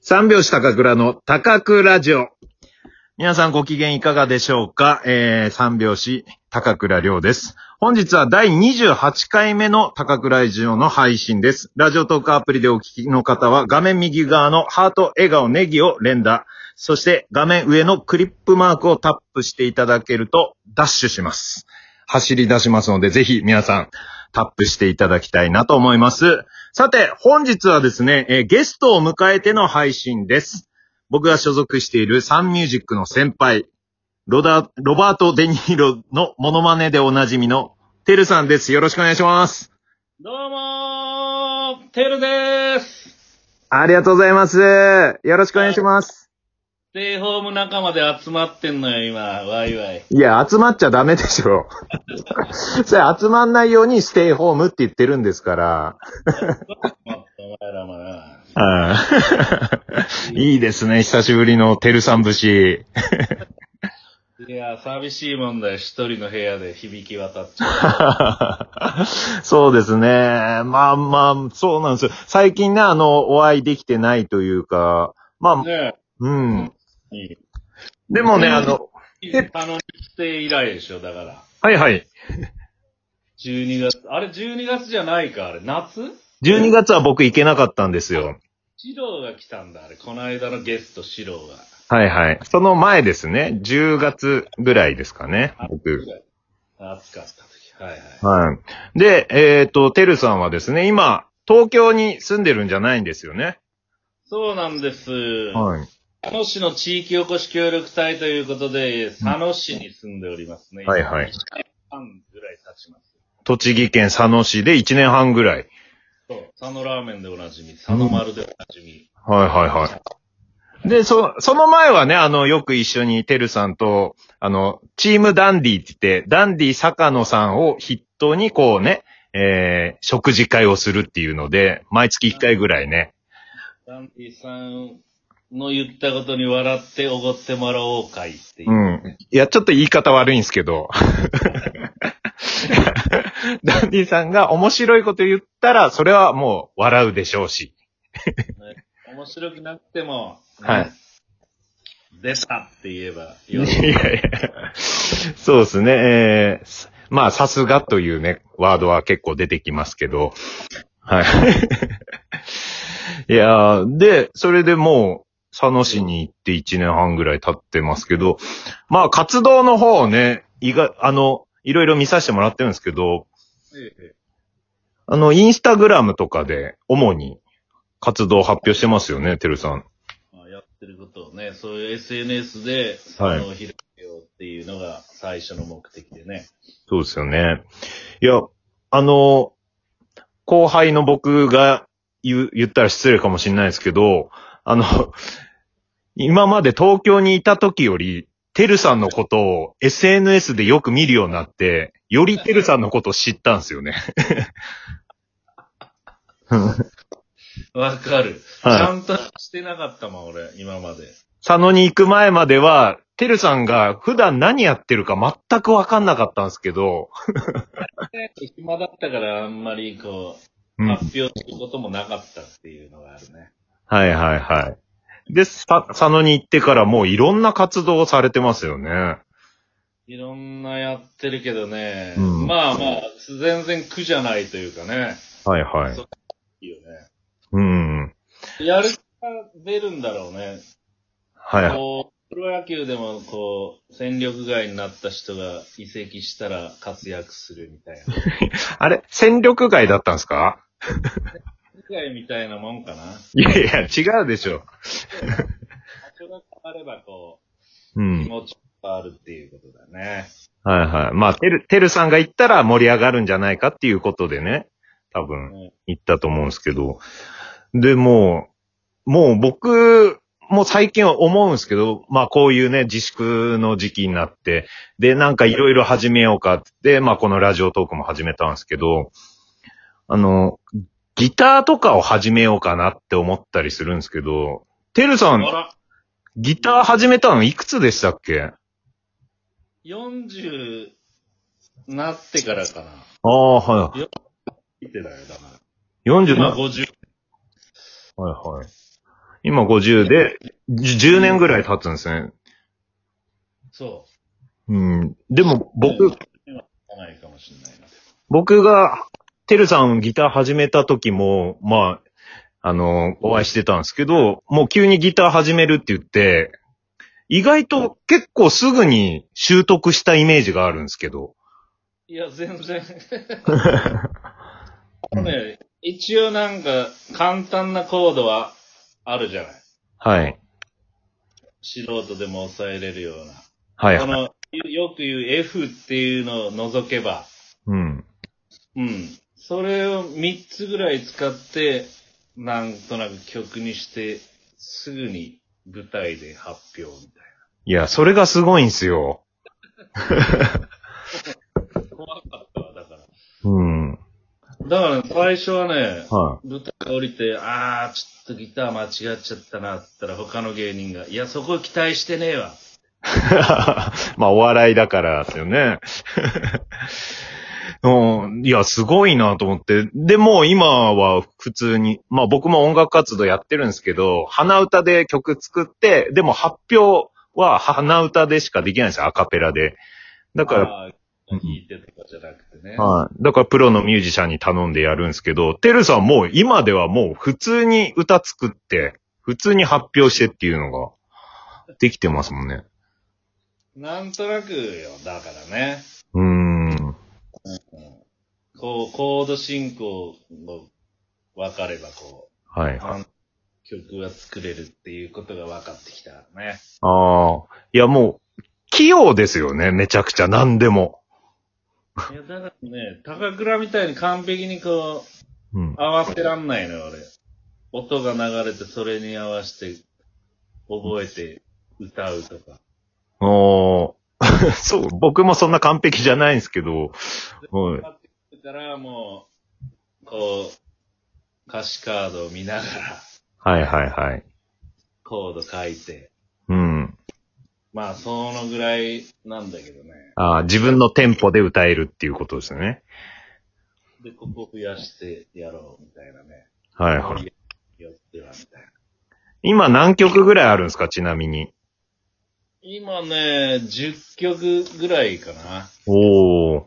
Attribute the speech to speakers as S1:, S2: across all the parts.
S1: 三拍子高倉の高倉ラジオ。皆さんご機嫌いかがでしょうかえー、三拍子高倉亮です。本日は第28回目の高倉ラジオの配信です。ラジオトークアプリでお聞きの方は画面右側のハート、笑顔、ネギを連打。そして画面上のクリップマークをタップしていただけるとダッシュします。走り出しますので、ぜひ皆さんタップしていただきたいなと思います。さて、本日はですね、えーゲストを迎えての配信です。僕が所属しているサンミュージックの先輩、ロダ、ロバート・デ・ニーロのモノマネでおなじみのテルさんです。よろしくお願いします。
S2: どうもー、てるでーす。
S1: ありがとうございます。よろしくお願いします。
S2: ステイホーム仲間で集まってんのよ、今。わいわい。
S1: いや、集まっちゃダメでしょ。 それ集まんないようにステイホームって言ってるんですから。
S2: まったお前らもな。
S1: いいですね。久しぶりのテルさん節。
S2: いや、寂しいもんだよ、一人の部屋で響き渡っちゃ う。
S1: そうですね。まあまあ、そうなんですよ。最近ね、あの、お会いできてないというか、まあ、
S2: ね
S1: うん。
S2: え。い
S1: でもね、
S2: うん
S1: あの、
S2: い。あの、日程以来でしょ、だから。
S1: はいはい。
S2: 12月、あれ12月じゃないか、あれ、夏
S1: 12月は僕行けなかったんですよ。
S2: シローが来たんだ、あれ。この間のゲスト、シローが。
S1: はいはい。その前ですね。10月ぐらいですかね。僕。
S2: 暑かった時。はいはい。
S1: はい。で、えっ、と、てるさんはですね、今、東京に住んでるんじゃないんですよね。
S2: そうなんです。
S1: はい。
S2: 佐野市の地域おこし協力隊ということで、佐野市に住んでおりますね。
S1: はいはい
S2: 1年半ぐらい経ちます。
S1: 栃木県佐野市で1年半ぐらい。
S2: そう、佐野ラーメンでおなじみ、佐野丸でおなじみ。
S1: はいはいはい。で、そ、その前はね、あの、よく一緒にてるさんと、あの、チームダンディって言って、ダンディ坂野さんを筆頭にこうね、えー、食事会をするっていうので、毎月1回ぐらいね。
S2: ダンディさんの言ったことに笑っておごってもらおうかいっていうう。
S1: ん。いや、ちょっと言い方悪いんですけど。 ダンディさんが面白いこと言ったら、それはもう笑うでしょうし。
S2: 面白くなくても、
S1: はい
S2: うん。出たって言えば
S1: い
S2: よし。
S1: やいや。そうですね。えーすまあ、さすがというね、ワードは結構出てきますけど。はい。いやーで、それでもう、佐野市に行って1年半ぐらい経ってますけど、まあ、活動の方をね、いが、あの、いろいろ見させてもらってるんですけど、
S2: ええ
S1: あの、インスタグラムとかで、主に活動を発表してますよね、てるさん。
S2: まあやってることをね、そういう SNS で佐
S1: はい
S2: 野を広げようっていうのが最初の目的でね。
S1: そうですよね。いや、あの、後輩の僕が言う言ったら失礼かもしれないですけど、あの、今まで東京にいた時より、てるさんのことを SNS でよく見るようになって、よりてるさんのことを知ったんですよね。
S2: わかる。
S1: はい
S2: ちゃんとしてなかったもん、俺、今まで。
S1: 佐野に行く前までは、てるさんが普段何やってるか全くわかんなかったんですけど、
S2: 暇だったから、あんまりこ
S1: う
S2: う、
S1: ん
S2: 発表することもなかったっていうのがあるね。
S1: はいはいはい。で、さ佐野に行ってからもういろんな活動をされてますよね。
S2: いろんなやってるけどね、
S1: うん
S2: まあまあ、全然苦じゃないというかね、
S1: はいはい。
S2: そいいよ
S1: うん。
S2: ね。やる気が出るんだろうね。
S1: はい。
S2: こう、プロ野球でもこう、戦力外になった人が移籍したら活躍するみたいな。
S1: あれ、戦力外だったんですか
S2: 戦力外みたいなもんかな。
S1: いやいや、違うでしょ。
S2: 場所が変わればこ
S1: う
S2: う、
S1: ん。
S2: 気持ちが変わるっていうことだね。
S1: はいはい。まあ、てる、てるさんが行ったら盛り上がるんじゃないかっていうことでね。多分、
S2: うん
S1: 行ったと思うんですけど。でもう、もう僕、もう最近は思うんですけど、まあこういうね、自粛の時期になって、で、なんかいろいろ始めようかって言って、まあこのラジオトークも始めたんですけど、あの、ギターとかを始めようかなって思ったりするんですけど、てるさ
S2: あ
S1: ん、
S2: ら
S1: ギター始めたのいくつでしたっけ
S2: 40なってからかな。
S1: ああ、はい。
S2: 見てたよ、だから。
S1: 47。
S2: 今50。
S1: はいはい。今50で、10年ぐらい経つんですね。
S2: そ
S1: うん。でも、
S2: う
S1: 僕
S2: ん、う。ないかもしれないな。
S1: 僕が、てるさんギター始めた時も、まあ、あの、お会いしてたんですけど、もう急にギター始めるって言って、意外と結構すぐに習得したイメージがあるんですけど。
S2: いや、全 然。ね、一応なんか、簡単なコードはあるじゃない。
S1: はい。
S2: 素人でも抑えれるような。
S1: はい
S2: こ
S1: はい。
S2: の、よく言う F っていうのを除けば、
S1: うん。
S2: うん。それを3つぐらい使って、なんとなく曲にして、すぐに舞台で発表みたい
S1: いや、それがすごいんですよ。
S2: な。怖かったわ、だか
S1: うん。
S2: ら。だから、ね、最初はね、
S1: は
S2: 舞台降りて、あー、ちょっとギター間違っちゃったな、って言ったら他の芸人が、いや、そこ期待してねえわ。
S1: い。 まあ、お笑いだからですよね。 うん、いや、すごいなと思って。で、もう今は普通に、まあ僕も音楽活動やってるんですけど、鼻歌で曲作って、でも発表は鼻歌でしかできないんですよ、アカペラで。だから、
S2: あー弾いてとかじゃなくてね。
S1: はい。だからプロのミュージシャンに頼んでやるんですけど、てるさんもう今ではもう普通に歌作って、普通に発表してっていうのができてますもんね。
S2: なんとなくよ、だからね。
S1: うーん。
S2: こう、コード進行も分かれば、こ
S1: は
S2: う、
S1: い。あ
S2: 曲が作れるっていうことが分かってきたね。
S1: あ。いやもう、器用ですよね、めちゃくちゃ、何でも。
S2: いや、だからね、高倉みたいに完璧にこう、
S1: うん。
S2: 合わせらんないのよ、俺。音が流れて、それに合わせて、覚えて、歌うとか。
S1: おー そう、僕もそんな完璧じゃないんですけど、はい。
S2: 分かってきてから、もう、こう、歌詞カードを見ながら、
S1: はいはいはい。
S2: コード書いて、
S1: うん。
S2: まあ、そのぐらいなんだけどね。
S1: ああ、自分のテンポで歌えるっていうことですよね。
S2: で、ここ増やしてやろう、みたいなね。
S1: はいは
S2: 盛
S1: い。
S2: り上がっては、みたいな。
S1: 今何曲ぐらいあるんですか、ちなみに。
S2: 今ね、10曲ぐらいかな。
S1: おー。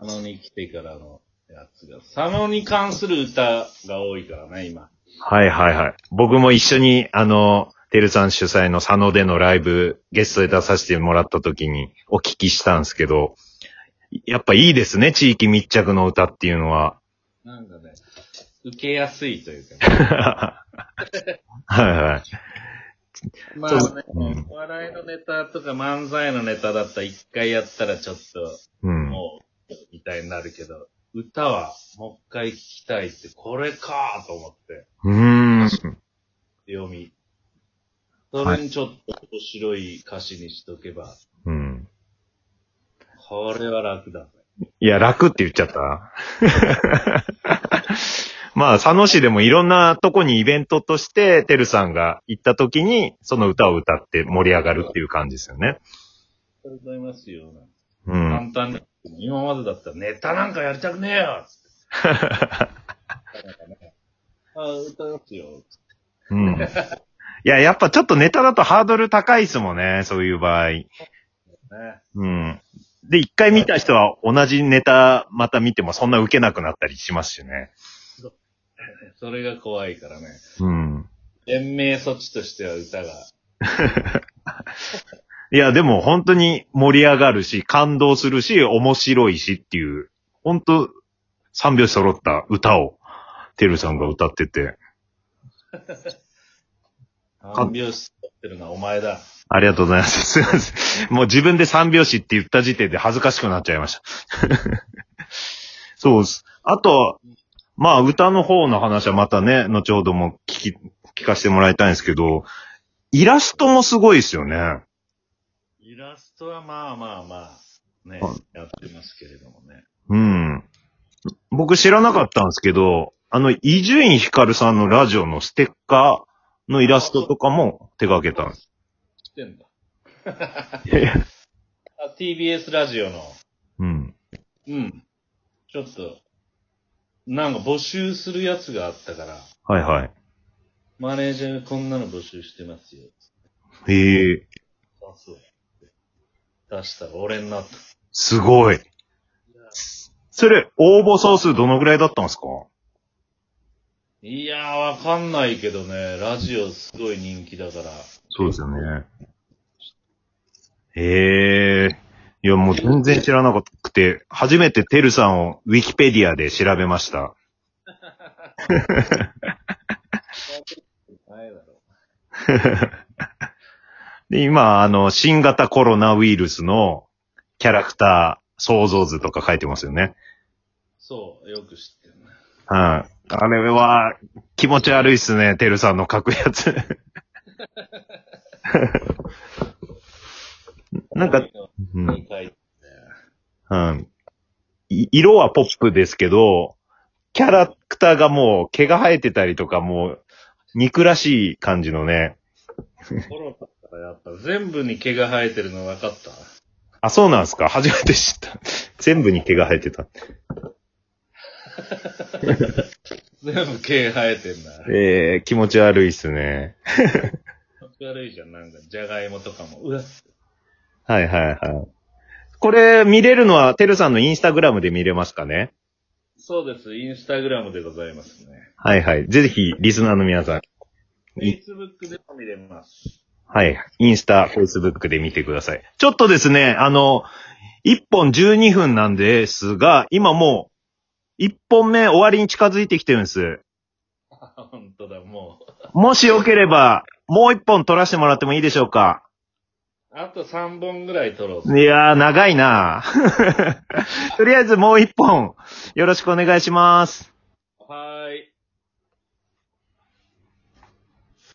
S2: 佐野に来てからのやつが。佐野に関する歌が多いからね、今。
S1: はいはいはい。僕も一緒に、あの、てるさん主催の佐野でのライブ、ゲストで出させてもらった時にお聞きしたんですけど、やっぱいいですね、地域密着の歌っていうのは。
S2: なんかね、受けやすいというか、
S1: はいはい。
S2: まあ
S1: そう
S2: ね、
S1: うん
S2: お笑いのネタとか漫才のネタだったら一回やったらちょっ
S1: うん
S2: と、。もう、みたいになるけど、歌はもう一回聞きたいって、これかーと思って。
S1: うーん。
S2: 読み。それにちょっと面白い歌詞にしとけば、
S1: うん。
S2: これは楽だ。
S1: いや、楽って言っちゃった。 まあ、佐野市でもいろんなとこにイベントとして、てるさんが行った時に、その歌を歌って盛り上がるっていう感じですよね。
S2: ありがとうございますよ。
S1: うん。
S2: 簡単に。今までだったらネタなんかやりたくね えよつってなんかねあ、歌いますよ。
S1: うん。いや、やっぱちょっとネタだとハードル高いですもんね、そういう場合。
S2: ね。
S1: うん。で、一回見た人は同じネタまた見てもそんな受けなくなったりしますしね。
S2: それが怖いからね。
S1: うん。
S2: 延命措置としては歌が。
S1: いや、でも本当に盛り上がるし、感動するし、面白いしっていう、本当三拍子揃った歌を、てるさんが歌ってて、
S2: 看病室ってるのはお前だ。
S1: ありがとうございます。 すいません。もう自分で三拍子って言った時点で恥ずかしくなっちゃいました。 そうです。あと、まあ歌の方の話はまたね、後ほども聞き、聞かせてもらいたいんですけど、イラストもすごいですよね。
S2: イラストはまあまあまあ、ね
S1: はい、
S2: やってますけれどもね。
S1: うん。僕知らなかったんですけど、あの、伊集院光さんのラジオのステッカーのイラストとかも手掛けたんです。
S2: 知ってんだ。 あ TBS ラジオの。
S1: うん。
S2: うん。ちょっと、なんか募集するやつがあったから、
S1: はいはい。
S2: マネージャーがこんなの募集してますよ。
S1: へえ、
S2: あ、そう。出したら俺になった。
S1: すごい。それ、応募総数どのぐらいだったんですか
S2: いやー、わかんないけどね。ラジオすごい人気だから。
S1: そうですよね。へえ。いや、もう全然知らなくて、初めててるさんをウィキペディアで調べました。
S2: ないだろ。
S1: で、今、あの、新型コロナウイルスのキャラクター想像図とか書いてますよね。
S2: そう、よく知ってるね。
S1: はい。あれは気持ち悪いっすね、てるさんの書くやつ。 なんか、
S2: こ
S1: う
S2: ういうんのに書いて
S1: うん。い色はポップですけど、キャラクターがもう毛が生えてたりとか、もう肉らしい感じのね。
S2: コロナだからやっぱ全部に毛が生えてるの分かった。
S1: あ、そうなんですか初めて知った。 全部に毛が生えてた。
S2: 全部毛生えてんだ。
S1: えー、気持ち悪いっすね。
S2: 気持ち悪いじゃん、なんか、じゃがいもとかも。うわ、
S1: はいはいはい。これ見れるのは、てるさんのインスタグラムで見れますかね
S2: そうです。インスタグラムでございますね。
S1: はいはい。ぜひ、リスナーの皆さん。い
S2: Facebook でも見れます。
S1: はい。インスタ、フェイスブックで見てください。ちょっとですね、あの、1本12分なんですが、今もう、1本目終わりに近づいてきてるんです。
S2: あ本当だ、もう。
S1: もしよければ、もう1本撮らせてもらってもいいでしょうか
S2: あと3本ぐらい撮ろう。
S1: いやー、 長いなとりあえずもう1本、よろしくお願いします。